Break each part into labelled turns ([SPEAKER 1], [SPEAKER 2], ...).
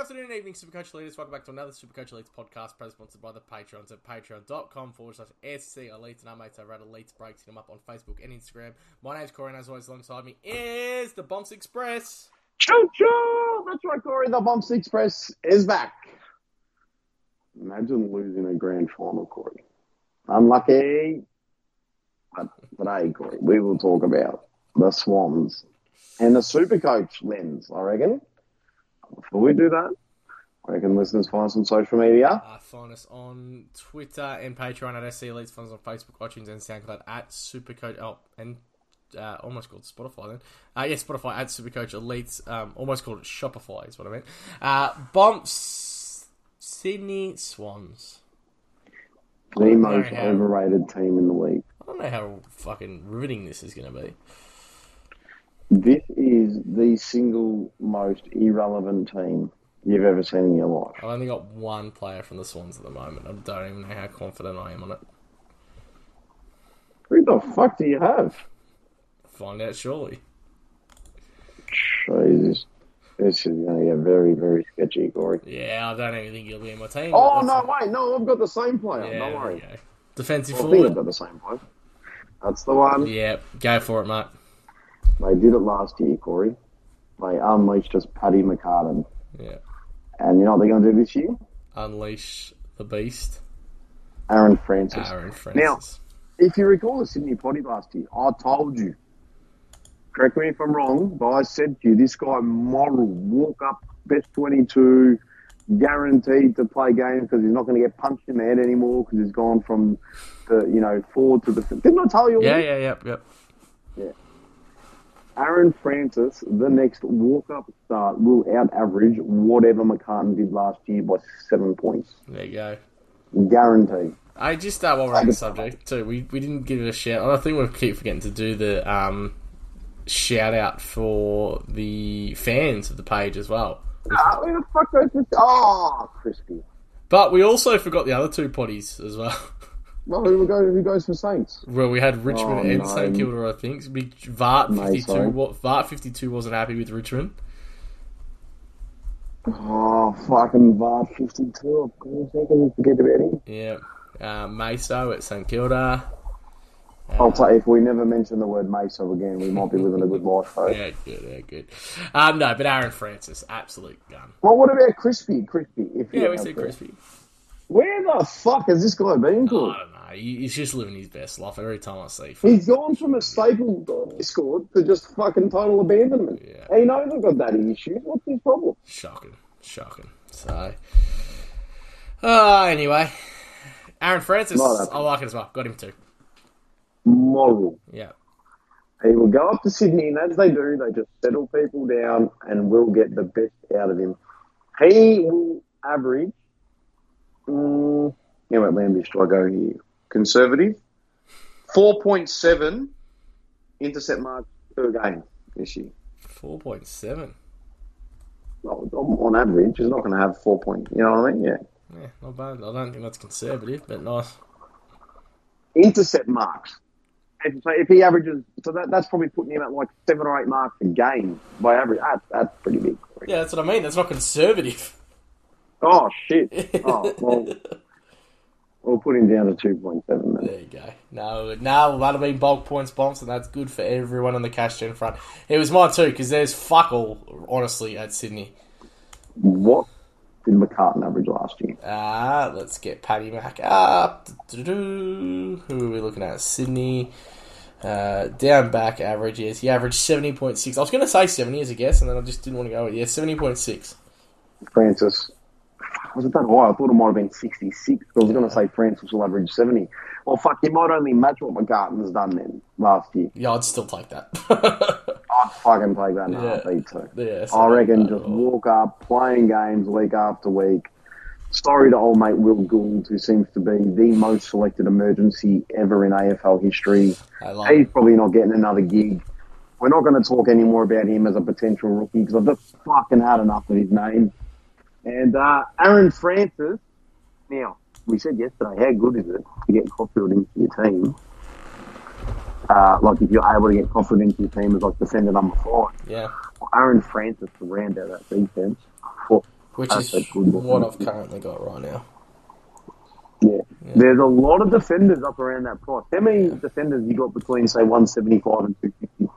[SPEAKER 1] afternoon and evening, Supercoach Leaders. Welcome back to another Supercoach Elites podcast, proudly sponsored by the Patreons at patreon.com forward slash SC Elites. And our mates over at Elites Breaks, hit them up on Facebook and Instagram. My name's Corey, and as always, alongside me is the Bombs Express.
[SPEAKER 2] Choo choo! That's right, Corey. The Bumps Express is back. Imagine losing a grand final, Corey. Unlucky. But today, Corey, we will talk about the Swans and the Supercoach lens, I reckon. Before we do that, I reckon listeners find us on social media.
[SPEAKER 1] Uh, find us on Twitter and Patreon at SC Elites. Find us on Facebook, iTunes, and SoundCloud at Supercoach. Oh, and uh, almost called Spotify then. Uh, yeah, Spotify at Supercoach Elites. Um, almost called it Shopify is what I meant. Uh, Bumps Sydney Swans.
[SPEAKER 2] The
[SPEAKER 1] don't
[SPEAKER 2] most
[SPEAKER 1] know how-
[SPEAKER 2] overrated team in the league.
[SPEAKER 1] I don't know how fucking riveting this is going to be.
[SPEAKER 2] This is the single most irrelevant team you've ever seen in your life.
[SPEAKER 1] I've only got one player from the Swans at the moment. I don't even know how confident I am on it.
[SPEAKER 2] Who the fuck do you have?
[SPEAKER 1] Find out shortly.
[SPEAKER 2] Jesus. This is going to get very, very sketchy, Corey.
[SPEAKER 1] Yeah, I don't even think you'll be in my team.
[SPEAKER 2] Oh,
[SPEAKER 1] but
[SPEAKER 2] no,
[SPEAKER 1] that's-
[SPEAKER 2] wait. No, I've got the same player.
[SPEAKER 1] Yeah,
[SPEAKER 2] Don't
[SPEAKER 1] there
[SPEAKER 2] worry.
[SPEAKER 1] you go. Defensive
[SPEAKER 2] I think I've
[SPEAKER 1] forward.
[SPEAKER 2] got the same player. That's the one.
[SPEAKER 1] Yeah, go for it, mate.
[SPEAKER 2] They did it last year, Corey. They unleashed us Paddy McCartan.
[SPEAKER 1] Yeah,
[SPEAKER 2] And you know what they're going to do this year?
[SPEAKER 1] unleash the beast,
[SPEAKER 2] Aaron Francis.
[SPEAKER 1] Aaron Francis.
[SPEAKER 2] If you recall the Sydney potty last year, I told you. Correct me if I'm wrong, but I said to you, this guy moral walk up best 22, guaranteed to play games because he's not going to get punched in the head anymore because he's gone from the you know forward to the. Didn't I tell you? all
[SPEAKER 1] Yeah,
[SPEAKER 2] this?
[SPEAKER 1] yeah, yep, yep.
[SPEAKER 2] Aaron Francis, the next walk up start, will out average whatever McCartan did last year by seven points,
[SPEAKER 1] There you go.
[SPEAKER 2] guaranteed.
[SPEAKER 1] I just uh, while we're on the subject too, we, we didn't give it a shout. and I think we keep forgetting to do the um, shout out for the fans of the page as well.
[SPEAKER 2] Ah, where the fuck goes this? Oh, crispy.
[SPEAKER 1] But we also forgot the other two potties as well.
[SPEAKER 2] Well, who goes? Who goes for Saints?
[SPEAKER 1] Well, we had Richmond
[SPEAKER 2] Oh,
[SPEAKER 1] and
[SPEAKER 2] no.
[SPEAKER 1] St Kilda, I think. Big- Vart
[SPEAKER 2] No,
[SPEAKER 1] fifty two.
[SPEAKER 2] sorry.
[SPEAKER 1] What Vart fifty two wasn't happy with Richmond.
[SPEAKER 2] Oh, fucking VAR 52. Of course, I can forget about him.
[SPEAKER 1] Yeah, uh, Meso at St Kilda.
[SPEAKER 2] I'll say if we never mention the word Meso again, we might be living a good life, though.
[SPEAKER 1] Yeah, good, yeah, good. Um, no, but Aaron Francis, absolute gun.
[SPEAKER 2] Well, what about Crispy? Crispy. If you
[SPEAKER 1] Yeah, we
[SPEAKER 2] have
[SPEAKER 1] see
[SPEAKER 2] to.
[SPEAKER 1] crispy.
[SPEAKER 2] Where the fuck has this guy been to?
[SPEAKER 1] I don't know. He- He's just living his best life every time I see him.
[SPEAKER 2] He's gone from a staple goal he scored to just fucking total abandonment.
[SPEAKER 1] Yeah.
[SPEAKER 2] He knows I've got daddy issues. What's his problem?
[SPEAKER 1] Shocking, shocking. So, uh, anyway, Aaron Francis,
[SPEAKER 2] Not happy.
[SPEAKER 1] I like it as well. Got him too.
[SPEAKER 2] Moral.
[SPEAKER 1] Yeah,
[SPEAKER 2] He will go up to Sydney, and as they do, they just settle people down and will get the best out of him. He will average. Mm, how about Lambish do I go here? Conservative. 4.7 intercept marks per game this year.
[SPEAKER 1] four point seven.
[SPEAKER 2] Well, on on average, he's not going to have 4 point. You know what I mean? Yeah.
[SPEAKER 1] Yeah, not bad. I don't think that's conservative, but nice.
[SPEAKER 2] intercept marks. And so if he averages, so that, that's probably putting him at like seven or eight marks a game by average. That, that's pretty big.
[SPEAKER 1] Yeah, that's what I mean. That's not conservative.
[SPEAKER 2] Oh shit! Oh well, we'll put him down to two point seven then.
[SPEAKER 1] There you go. No, no, that'll be bulk points bumps, and that's good for everyone on the cash gen front. It was mine too, because there's fuck all, honestly, at Sydney.
[SPEAKER 2] What did McCartan average last year?
[SPEAKER 1] Ah, let's get Paddy Mac up. Do-do-do. Who are we looking at? Sydney. Uh, down back average is he averaged seventy point six. I was going to say seventy as a guess, and then I just didn't want to go with it. yeah seventy point six.
[SPEAKER 2] Francis. Was it that high? I thought it might have been 66. I was going to say Francis will average 70. Well, fuck, he might only match what McCartan's done then last year.
[SPEAKER 1] Yeah, I'd still take that.
[SPEAKER 2] I'd fucking take that in a
[SPEAKER 1] Yeah.
[SPEAKER 2] heartbeat too.
[SPEAKER 1] yeah,
[SPEAKER 2] I
[SPEAKER 1] so-
[SPEAKER 2] reckon just walk up, playing games week after week. Sorry to old mate Will Gould, who seems to be the most selected emergency ever in AFL history.
[SPEAKER 1] uh, I like
[SPEAKER 2] He's probably not getting another gig. We're not going to talk any more about him as a potential rookie because I've just fucking had enough of his name. And uh, Aaron Francis. Now, we said yesterday, how good is it to get Caulfield into your team? Uh, like if you're able to get Caulfield into your team as like defender number five.
[SPEAKER 1] yeah.
[SPEAKER 2] Aaron Francis to round out that defense. Well,
[SPEAKER 1] which
[SPEAKER 2] That's
[SPEAKER 1] is
[SPEAKER 2] a good one.
[SPEAKER 1] what I've currently got right now.
[SPEAKER 2] Yeah. There's a lot of defenders up around that price. How many defenders you got between say 175 and 250?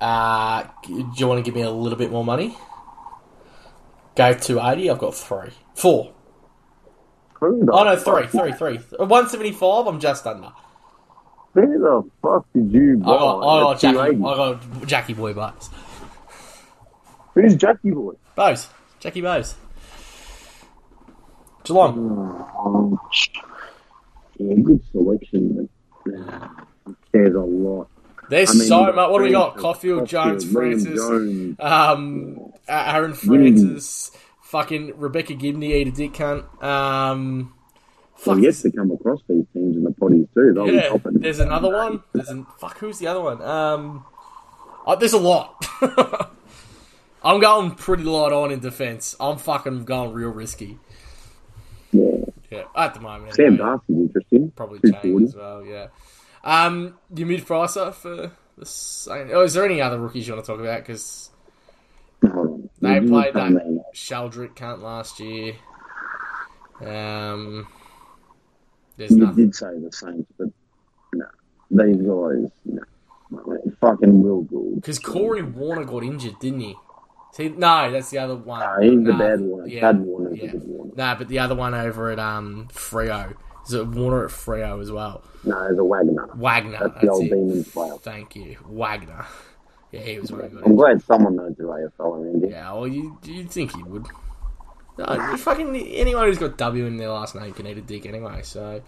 [SPEAKER 1] Uh, do you want to give me a little bit more money? Go 280, I've got three. Four.
[SPEAKER 2] Who the
[SPEAKER 1] Oh no, three,
[SPEAKER 2] fuck-
[SPEAKER 1] three, three. 175, I'm just under.
[SPEAKER 2] Who the fuck did you buy?
[SPEAKER 1] I got, I got
[SPEAKER 2] at
[SPEAKER 1] Jackie, I
[SPEAKER 2] 280?
[SPEAKER 1] got Jackie Boy Bucks.
[SPEAKER 2] Who's Jackie Boy?
[SPEAKER 1] Bose. Jackie Bose. Geelong.
[SPEAKER 2] Um, yeah, good selection, but uh, there's a lot.
[SPEAKER 1] There's
[SPEAKER 2] I mean,
[SPEAKER 1] so much. What do we got?
[SPEAKER 2] Francis,
[SPEAKER 1] Caulfield, Jones,
[SPEAKER 2] Liam
[SPEAKER 1] Francis,
[SPEAKER 2] Jones.
[SPEAKER 1] um, A- Aaron Francis, fucking Rebecca Gibney, eat a dick cunt. Um, fuck.
[SPEAKER 2] Well, you get to come across these teams in the potties too. They'll be
[SPEAKER 1] yeah,
[SPEAKER 2] topping.
[SPEAKER 1] there's another one. There's an, fuck. Who's the other one? Um, oh, there's a lot. I'm going pretty light on in defense. I'm fucking going real risky.
[SPEAKER 2] Yeah.
[SPEAKER 1] Yeah, at the moment.
[SPEAKER 2] Sam
[SPEAKER 1] anyway.
[SPEAKER 2] Darcy's interesting.
[SPEAKER 1] probably
[SPEAKER 2] 240.
[SPEAKER 1] Jane as well. Yeah. Um, your mid pricer for the Saints. Oh, is there any other rookies you want to talk about? Because
[SPEAKER 2] No,
[SPEAKER 1] they
[SPEAKER 2] you
[SPEAKER 1] played
[SPEAKER 2] can't
[SPEAKER 1] that
[SPEAKER 2] name it.
[SPEAKER 1] Sheldrick cunt last year. Um, there's
[SPEAKER 2] You
[SPEAKER 1] nothing.
[SPEAKER 2] did say the Saints, but no, these guys, no. Fucking Will Gould.
[SPEAKER 1] Because Corey Warner got injured, didn't he? See, no, that's the other one.
[SPEAKER 2] No, he's the
[SPEAKER 1] Nah,
[SPEAKER 2] bad one. Bad Warner's the
[SPEAKER 1] yeah.
[SPEAKER 2] good Warner.
[SPEAKER 1] Nah, but the other one over at um Frio. Is it Warner at Frio as well?
[SPEAKER 2] No, the Wagner.
[SPEAKER 1] Wagner.
[SPEAKER 2] That's
[SPEAKER 1] Oh,
[SPEAKER 2] the
[SPEAKER 1] that's
[SPEAKER 2] old
[SPEAKER 1] it.
[SPEAKER 2] demon player.
[SPEAKER 1] Thank you, Wagner. Yeah, he was really good.
[SPEAKER 2] I'm glad someone knows the AFL around here.
[SPEAKER 1] Yeah, well, you you'd think he would. No, you fucking anyone who's got W in their last name can eat a dick anyway. So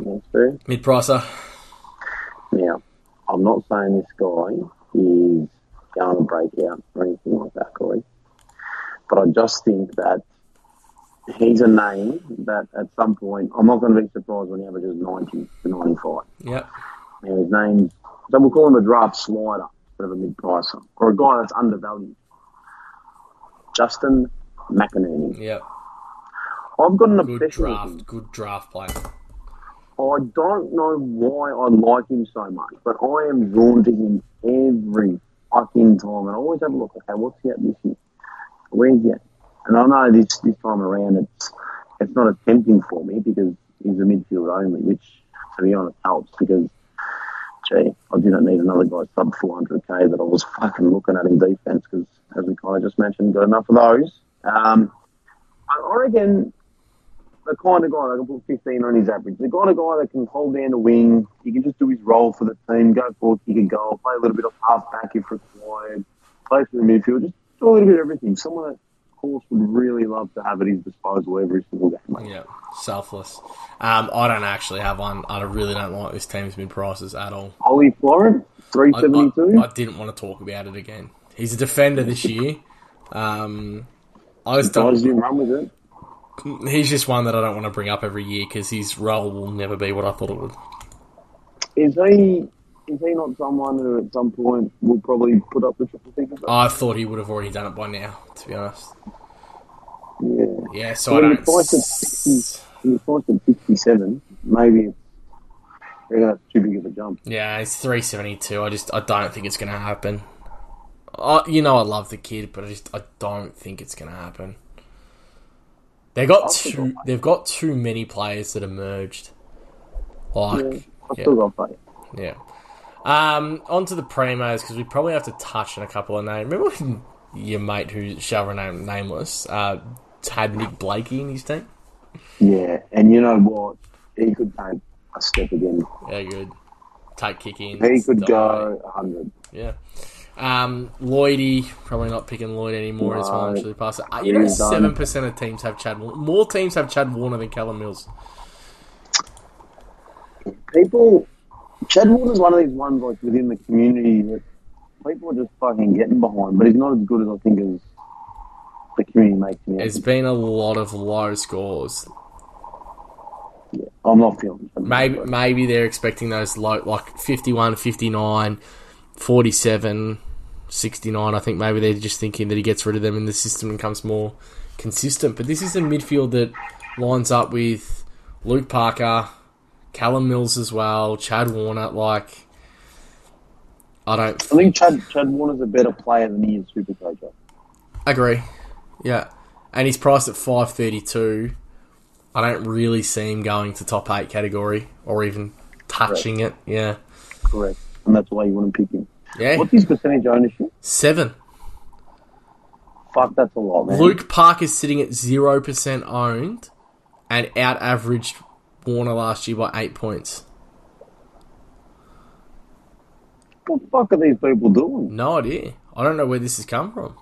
[SPEAKER 2] That's true.
[SPEAKER 1] mid pricer,
[SPEAKER 2] Now, I'm not saying this guy is going to break out or anything like that, Corey. But I just think that he's a name that at some point, I'm not going to be surprised when he averages 90 to 95.
[SPEAKER 1] yep,
[SPEAKER 2] And his name's, so we'll call him a draft slider, bit of a mid-pricer, or a guy that's undervalued. Justin McInerney.
[SPEAKER 1] yep,
[SPEAKER 2] I've got an
[SPEAKER 1] good
[SPEAKER 2] obsession with him.
[SPEAKER 1] draft, good draft player.
[SPEAKER 2] I don't know why I like him so much, but I am drawn to him every fucking time. And I always have a look, okay, what's he at this year? Where's he at? And I know this, this time around it's it's not as tempting for me because he's a midfielder only, which, to be honest, helps because, gee, I didn't need another guy sub 400k that I was fucking looking at in defence because, as we kind of just mentioned, got enough of those. Um, I I reckon the kind of guy that can put 15 on his average, the kind of guy that can hold down a wing, he can just do his role for the team, go forward, kick a goal, play a little bit of half back if required, play for the midfield, just do a little bit of everything. Someone that Horse would really love to have at his disposal every single game. mate.
[SPEAKER 1] Yeah, selfless. Um, I don't actually have one. I really don't like this team's mid prices at all.
[SPEAKER 2] Ollie Florent,
[SPEAKER 1] I, I,
[SPEAKER 2] 372.
[SPEAKER 1] I didn't want to talk about it again. He's a defender this year. Um, I just
[SPEAKER 2] Guys
[SPEAKER 1] don't,
[SPEAKER 2] didn't run with it.
[SPEAKER 1] he's just one that I don't want to bring up every year because his role will never be what I thought it would.
[SPEAKER 2] Is he, is he not someone who at some point will probably put up the triple figures?
[SPEAKER 1] I thought he would have already done it by now, to be honest.
[SPEAKER 2] yeah.
[SPEAKER 1] Yeah, so
[SPEAKER 2] Well,
[SPEAKER 1] I
[SPEAKER 2] you
[SPEAKER 1] don't.
[SPEAKER 2] price it
[SPEAKER 1] s-
[SPEAKER 2] When you price him 67, maybe it's, I reckon that's too big of a jump.
[SPEAKER 1] Yeah, it's three seventy two. I just I don't think it's gonna happen. I, you know I love the kid, but I just I don't think it's gonna happen. They got
[SPEAKER 2] I've
[SPEAKER 1] too. They've got too many players that emerged.
[SPEAKER 2] Yeah,
[SPEAKER 1] Like
[SPEAKER 2] I still got faith.
[SPEAKER 1] yeah. Um, on to the primos because we probably have to touch on a couple of names. Remember when your mate who shall remain nameless uh, had Nick Blakey in his team?
[SPEAKER 2] Yeah, and you know what? He could take a step again.
[SPEAKER 1] Yeah, good. Take kick in.
[SPEAKER 2] He could
[SPEAKER 1] Dominate.
[SPEAKER 2] go 100.
[SPEAKER 1] Yeah. Um, Lloydie, probably not picking Lloyd anymore as well.
[SPEAKER 2] No.
[SPEAKER 1] Actually, passer. Uh, You know,
[SPEAKER 2] He's done.
[SPEAKER 1] seven percent of teams have Chad. Warner. More teams have Chad Warner than Callum Mills.
[SPEAKER 2] People, Chad Warner's one of these ones like within the community that people are just fucking getting behind, but he's not as good as I think as the community makes him.
[SPEAKER 1] There's
[SPEAKER 2] out.
[SPEAKER 1] been a lot of low scores.
[SPEAKER 2] I'm not feeling Chad
[SPEAKER 1] Maybe
[SPEAKER 2] Warner.
[SPEAKER 1] maybe they're expecting those low, like 51, 59, 47, 69. I think maybe they're just thinking that he gets rid of them in the system and becomes more consistent. But this is a midfield that lines up with Luke Parker, Callum Mills as well, Chad Warner. Like, I don't
[SPEAKER 2] I think Chad, Chad Warner's a better player than he is Supercoach.
[SPEAKER 1] agree. Yeah. and he's priced at five thirty two. I don't really see him going to top eight category or even touching it. Yeah,
[SPEAKER 2] Correct. And that's why you wouldn't pick him.
[SPEAKER 1] yeah,
[SPEAKER 2] What's his percentage ownership?
[SPEAKER 1] seven.
[SPEAKER 2] Fuck, that's a lot, man.
[SPEAKER 1] Luke Park is sitting at zero percent owned, and out averaged Warner last year by eight points.
[SPEAKER 2] What the fuck are these people doing?
[SPEAKER 1] No idea. I don't know where this has come from.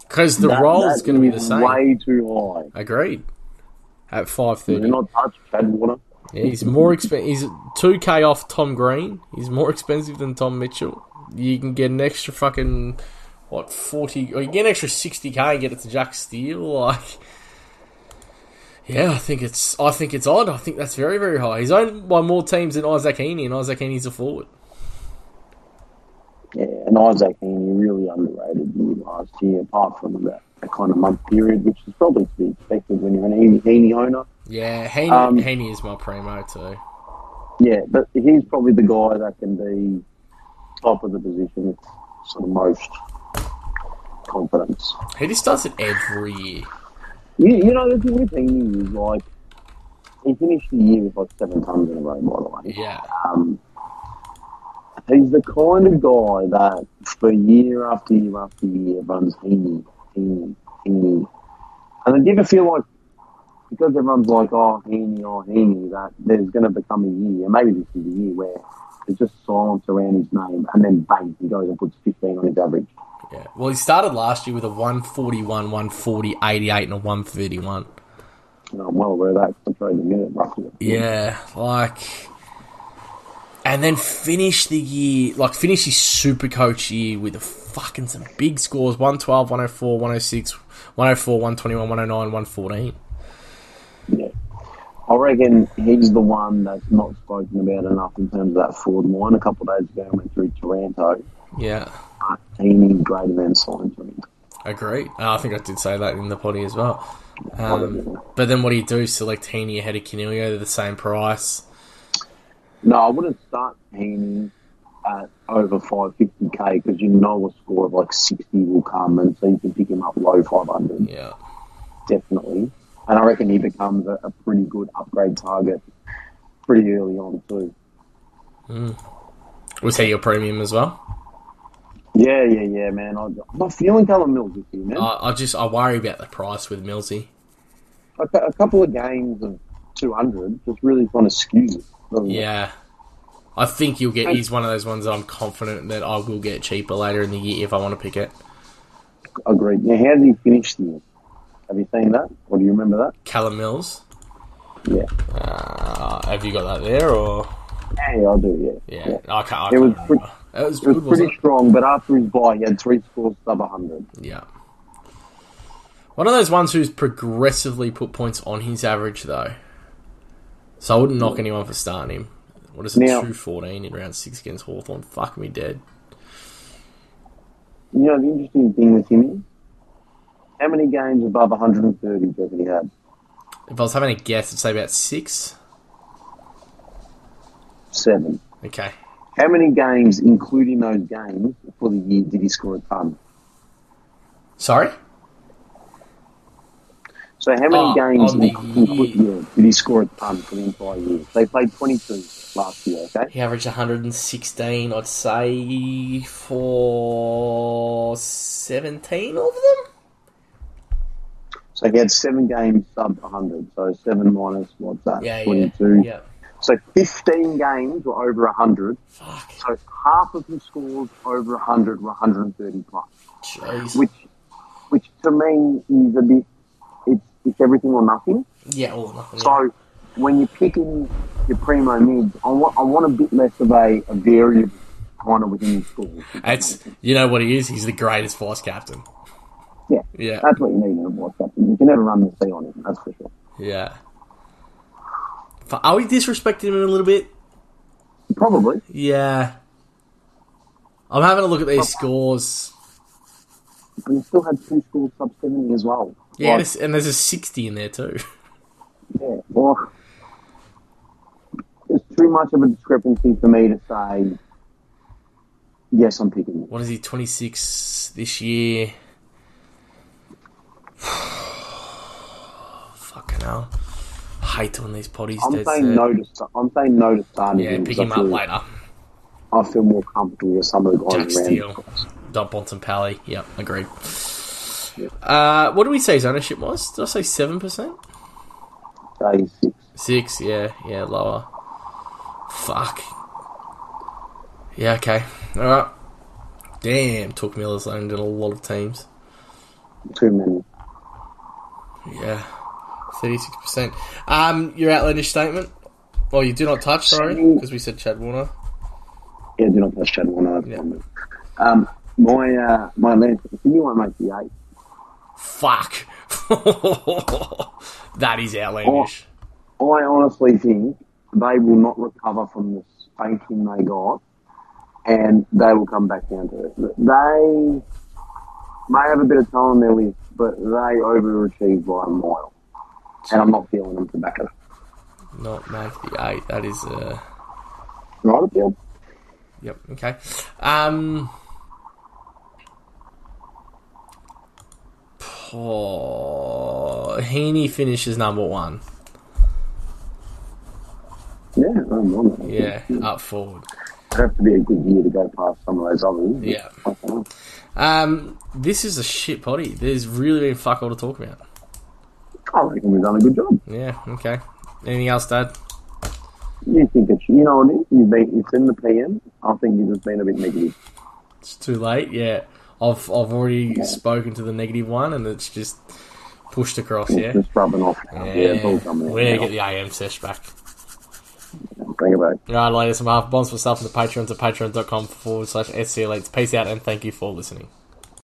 [SPEAKER 1] Because the
[SPEAKER 2] That-
[SPEAKER 1] role is
[SPEAKER 2] that
[SPEAKER 1] going to be the
[SPEAKER 2] is
[SPEAKER 1] same.
[SPEAKER 2] Way too high.
[SPEAKER 1] Agreed. At five
[SPEAKER 2] Do
[SPEAKER 1] thirty,
[SPEAKER 2] not touch Chad Warner.
[SPEAKER 1] yeah, he's more expensive. He's two k off Tom Green. He's more expensive than Tom Mitchell. You can get an extra fucking what forty, or you get an extra sixty k and get it to Jack Steele. Like, yeah, I think it's I think it's odd. I think that's very very high. He's owned by more teams than Isaac Heaney, and Isaac Heaney's a forward.
[SPEAKER 2] Yeah, and Isaac Heaney really underrated year last year, apart from that, that kind of month period, which is probably to be expected when you're an Heaney, Heaney owner.
[SPEAKER 1] Yeah, Heaney,
[SPEAKER 2] Um,
[SPEAKER 1] Heaney is my primo too.
[SPEAKER 2] Yeah, but he's probably the guy that can be top of the position with sort of most confidence.
[SPEAKER 1] He just does it every year.
[SPEAKER 2] You, you know, the thing with Heaney is like, he finished the year with like seven tons in a row, by the way.
[SPEAKER 1] Yeah,
[SPEAKER 2] um, he's the kind of guy that for year after year after year runs Heaney, Heaney, Heaney. And I did ever feel like because everyone's like, oh, Heaney, oh, Heaney, that there's going to become a year, and maybe this is the year where there's just silence around his name, and then bang, he goes and puts 15 on his average.
[SPEAKER 1] yeah. Well, he started last year with a 141, 140, 88, and a 131.
[SPEAKER 2] And I'm well aware of that because I played the minute roughly.
[SPEAKER 1] Yeah, like, and then finish the year, like, finish his super coach year with a fucking some big scores 112, 104, 106, 104, 121, 109, 114.
[SPEAKER 2] Yeah. I reckon he's the one that's not spoken about enough in terms of that forward line. A couple of days ago, I went through Toronto.
[SPEAKER 1] Yeah,
[SPEAKER 2] Martini greater than signed for him.
[SPEAKER 1] agreed. And I think I did say that in the potty as well. Um, but then what do you do? Select Heaney ahead of Canelio, they're the same price.
[SPEAKER 2] No, I wouldn't start Heaney at over 550k because you know a score of like 60 will come, and so you can pick him up low 500,
[SPEAKER 1] Yeah.
[SPEAKER 2] definitely. And I reckon he becomes a, a pretty good upgrade target pretty early on, too.
[SPEAKER 1] Was he your premium as well?
[SPEAKER 2] Yeah, yeah, yeah, man. I- I'm not feeling Callum Mills this year, man.
[SPEAKER 1] I, I just I worry about the price with Millsy.
[SPEAKER 2] A, cou- a couple of games of 200 just really kind of skews it. doesn't it?
[SPEAKER 1] Yeah, I think you'll get. He's one of those ones that I'm confident that I will get cheaper later in the year if I want to pick it.
[SPEAKER 2] Agreed. Now, how did he finish the year? Have you seen that? Or do you remember
[SPEAKER 1] Callum Mills.
[SPEAKER 2] that? Yeah.
[SPEAKER 1] Uh, have you got that there or?
[SPEAKER 2] Yeah, I do, yeah.
[SPEAKER 1] Yeah, I can't. I
[SPEAKER 2] It was
[SPEAKER 1] can't
[SPEAKER 2] pretty-
[SPEAKER 1] remember. It was
[SPEAKER 2] It was
[SPEAKER 1] good, wasn't
[SPEAKER 2] pretty strong, but after his buy, he had three scores sub 100.
[SPEAKER 1] it? Yeah. One of those ones who's progressively put points on his average though, so I wouldn't knock anyone for starting him. What is it?
[SPEAKER 2] Now-
[SPEAKER 1] Two fourteen in round six against Hawthorn. Fuck me dead.
[SPEAKER 2] You know, the interesting thing with him is how many games above 130 do you reckon he had?
[SPEAKER 1] If I was having a guess, I'd say about six.
[SPEAKER 2] Seven.
[SPEAKER 1] Okay.
[SPEAKER 2] How many games, including those games, for the year did he score a ton?
[SPEAKER 1] Sorry.
[SPEAKER 2] So how many
[SPEAKER 1] Oh,
[SPEAKER 2] games
[SPEAKER 1] on the
[SPEAKER 2] in- inclu-
[SPEAKER 1] year.
[SPEAKER 2] yeah, did he score a ton for the entire year? They played 22 last year, okay?
[SPEAKER 1] He averaged 116, I'd say, for 17 of them?
[SPEAKER 2] So he had seven games sub 100. So seven minus, what's that?
[SPEAKER 1] Yeah, yeah.
[SPEAKER 2] 22.
[SPEAKER 1] Yeah.
[SPEAKER 2] So 15 games were over 100.
[SPEAKER 1] Fuck.
[SPEAKER 2] So half of his scores over 100 were 130 plus,
[SPEAKER 1] Jeez.
[SPEAKER 2] which, which to me is a bit, it's, it's everything or nothing.
[SPEAKER 1] yeah, all or nothing.
[SPEAKER 2] So when you're picking your primo mids, I want, I want a bit less of a, a variable kind of within your scores.
[SPEAKER 1] It's, you know what he is? He's the greatest vice captain.
[SPEAKER 2] Yeah.
[SPEAKER 1] Yeah.
[SPEAKER 2] That's what you need in a voice captain. You can never run the C on him, that's for sure.
[SPEAKER 1] Yeah. Fu- Are we disrespecting him a little bit?
[SPEAKER 2] Probably.
[SPEAKER 1] Yeah. I'm having a look at
[SPEAKER 2] Oh.
[SPEAKER 1] these scores.
[SPEAKER 2] But he still had two scores sub 70 as well.
[SPEAKER 1] Yeah,
[SPEAKER 2] Like,
[SPEAKER 1] this- and there's a 60 in there too.
[SPEAKER 2] Yeah, well, there's too much of a discrepancy for me to say, yes, I'm picking him.
[SPEAKER 1] What is he, 26 this year? Fucking hell. Hate when these potties
[SPEAKER 2] I'm
[SPEAKER 1] do
[SPEAKER 2] saying no to. Sa- I'm saying no to Sardi.
[SPEAKER 1] Yeah,
[SPEAKER 2] because
[SPEAKER 1] pick
[SPEAKER 2] I
[SPEAKER 1] him up
[SPEAKER 2] feel-
[SPEAKER 1] later.
[SPEAKER 2] I feel more comfortable with some of the guys.
[SPEAKER 1] Jack
[SPEAKER 2] around.
[SPEAKER 1] Steele. Dump on some Pally. Yep, agreed. Uh, what did we say his ownership was? Did I say 7%?
[SPEAKER 2] Day six.
[SPEAKER 1] 6, yeah, yeah, lower. Fuck. Yeah, okay. Alright. Damn, Took Miller's owned in a lot of teams.
[SPEAKER 2] Too many.
[SPEAKER 1] Yeah. 36%. Um, your outlandish statement? Well, you do not touch, sorry, because we said Chad Warner.
[SPEAKER 2] Yeah, do not touch Chad Warner. That's
[SPEAKER 1] Yeah.
[SPEAKER 2] fine. Um, my uh, my lens. You won't make the eight.
[SPEAKER 1] Fuck. that is outlandish.
[SPEAKER 2] I honestly think they will not recover from the spanking they got, and they will come back down to it. They may have a bit of talent there with, but they overachieved by a mile, and I'm not feeling them to back it up.
[SPEAKER 1] Not make the eight. That is uh
[SPEAKER 2] Right, Bill?
[SPEAKER 1] Yep. Okay. Um. Oh, Heaney finishes number one.
[SPEAKER 2] Yeah, I'm on that.
[SPEAKER 1] Yeah, up forward.
[SPEAKER 2] It'd have to be a good year to go past some of those others.
[SPEAKER 1] Yeah.
[SPEAKER 2] I don't know.
[SPEAKER 1] Um, this is a shit potty. There's really been fuck all to talk about.
[SPEAKER 2] I reckon we've done a good job.
[SPEAKER 1] Yeah. Okay. Anything else, Dad?
[SPEAKER 2] You think it's, you know what it is? You've been, it's in the PM. I think you've just been a bit negative.
[SPEAKER 1] It's too late. Yeah. I've I've already spoken to the negative one, and it's just pushed across.
[SPEAKER 2] It's
[SPEAKER 1] Yeah.
[SPEAKER 2] just rubbing off. now. Yeah, it's all coming out.
[SPEAKER 1] We're
[SPEAKER 2] now.
[SPEAKER 1] get the AM sesh back.
[SPEAKER 2] Think about it.
[SPEAKER 1] Alright, ladies, I'm Half Bonds for stuff on the Patreon to patreon.com forward slash SC Peace out and thank you for listening.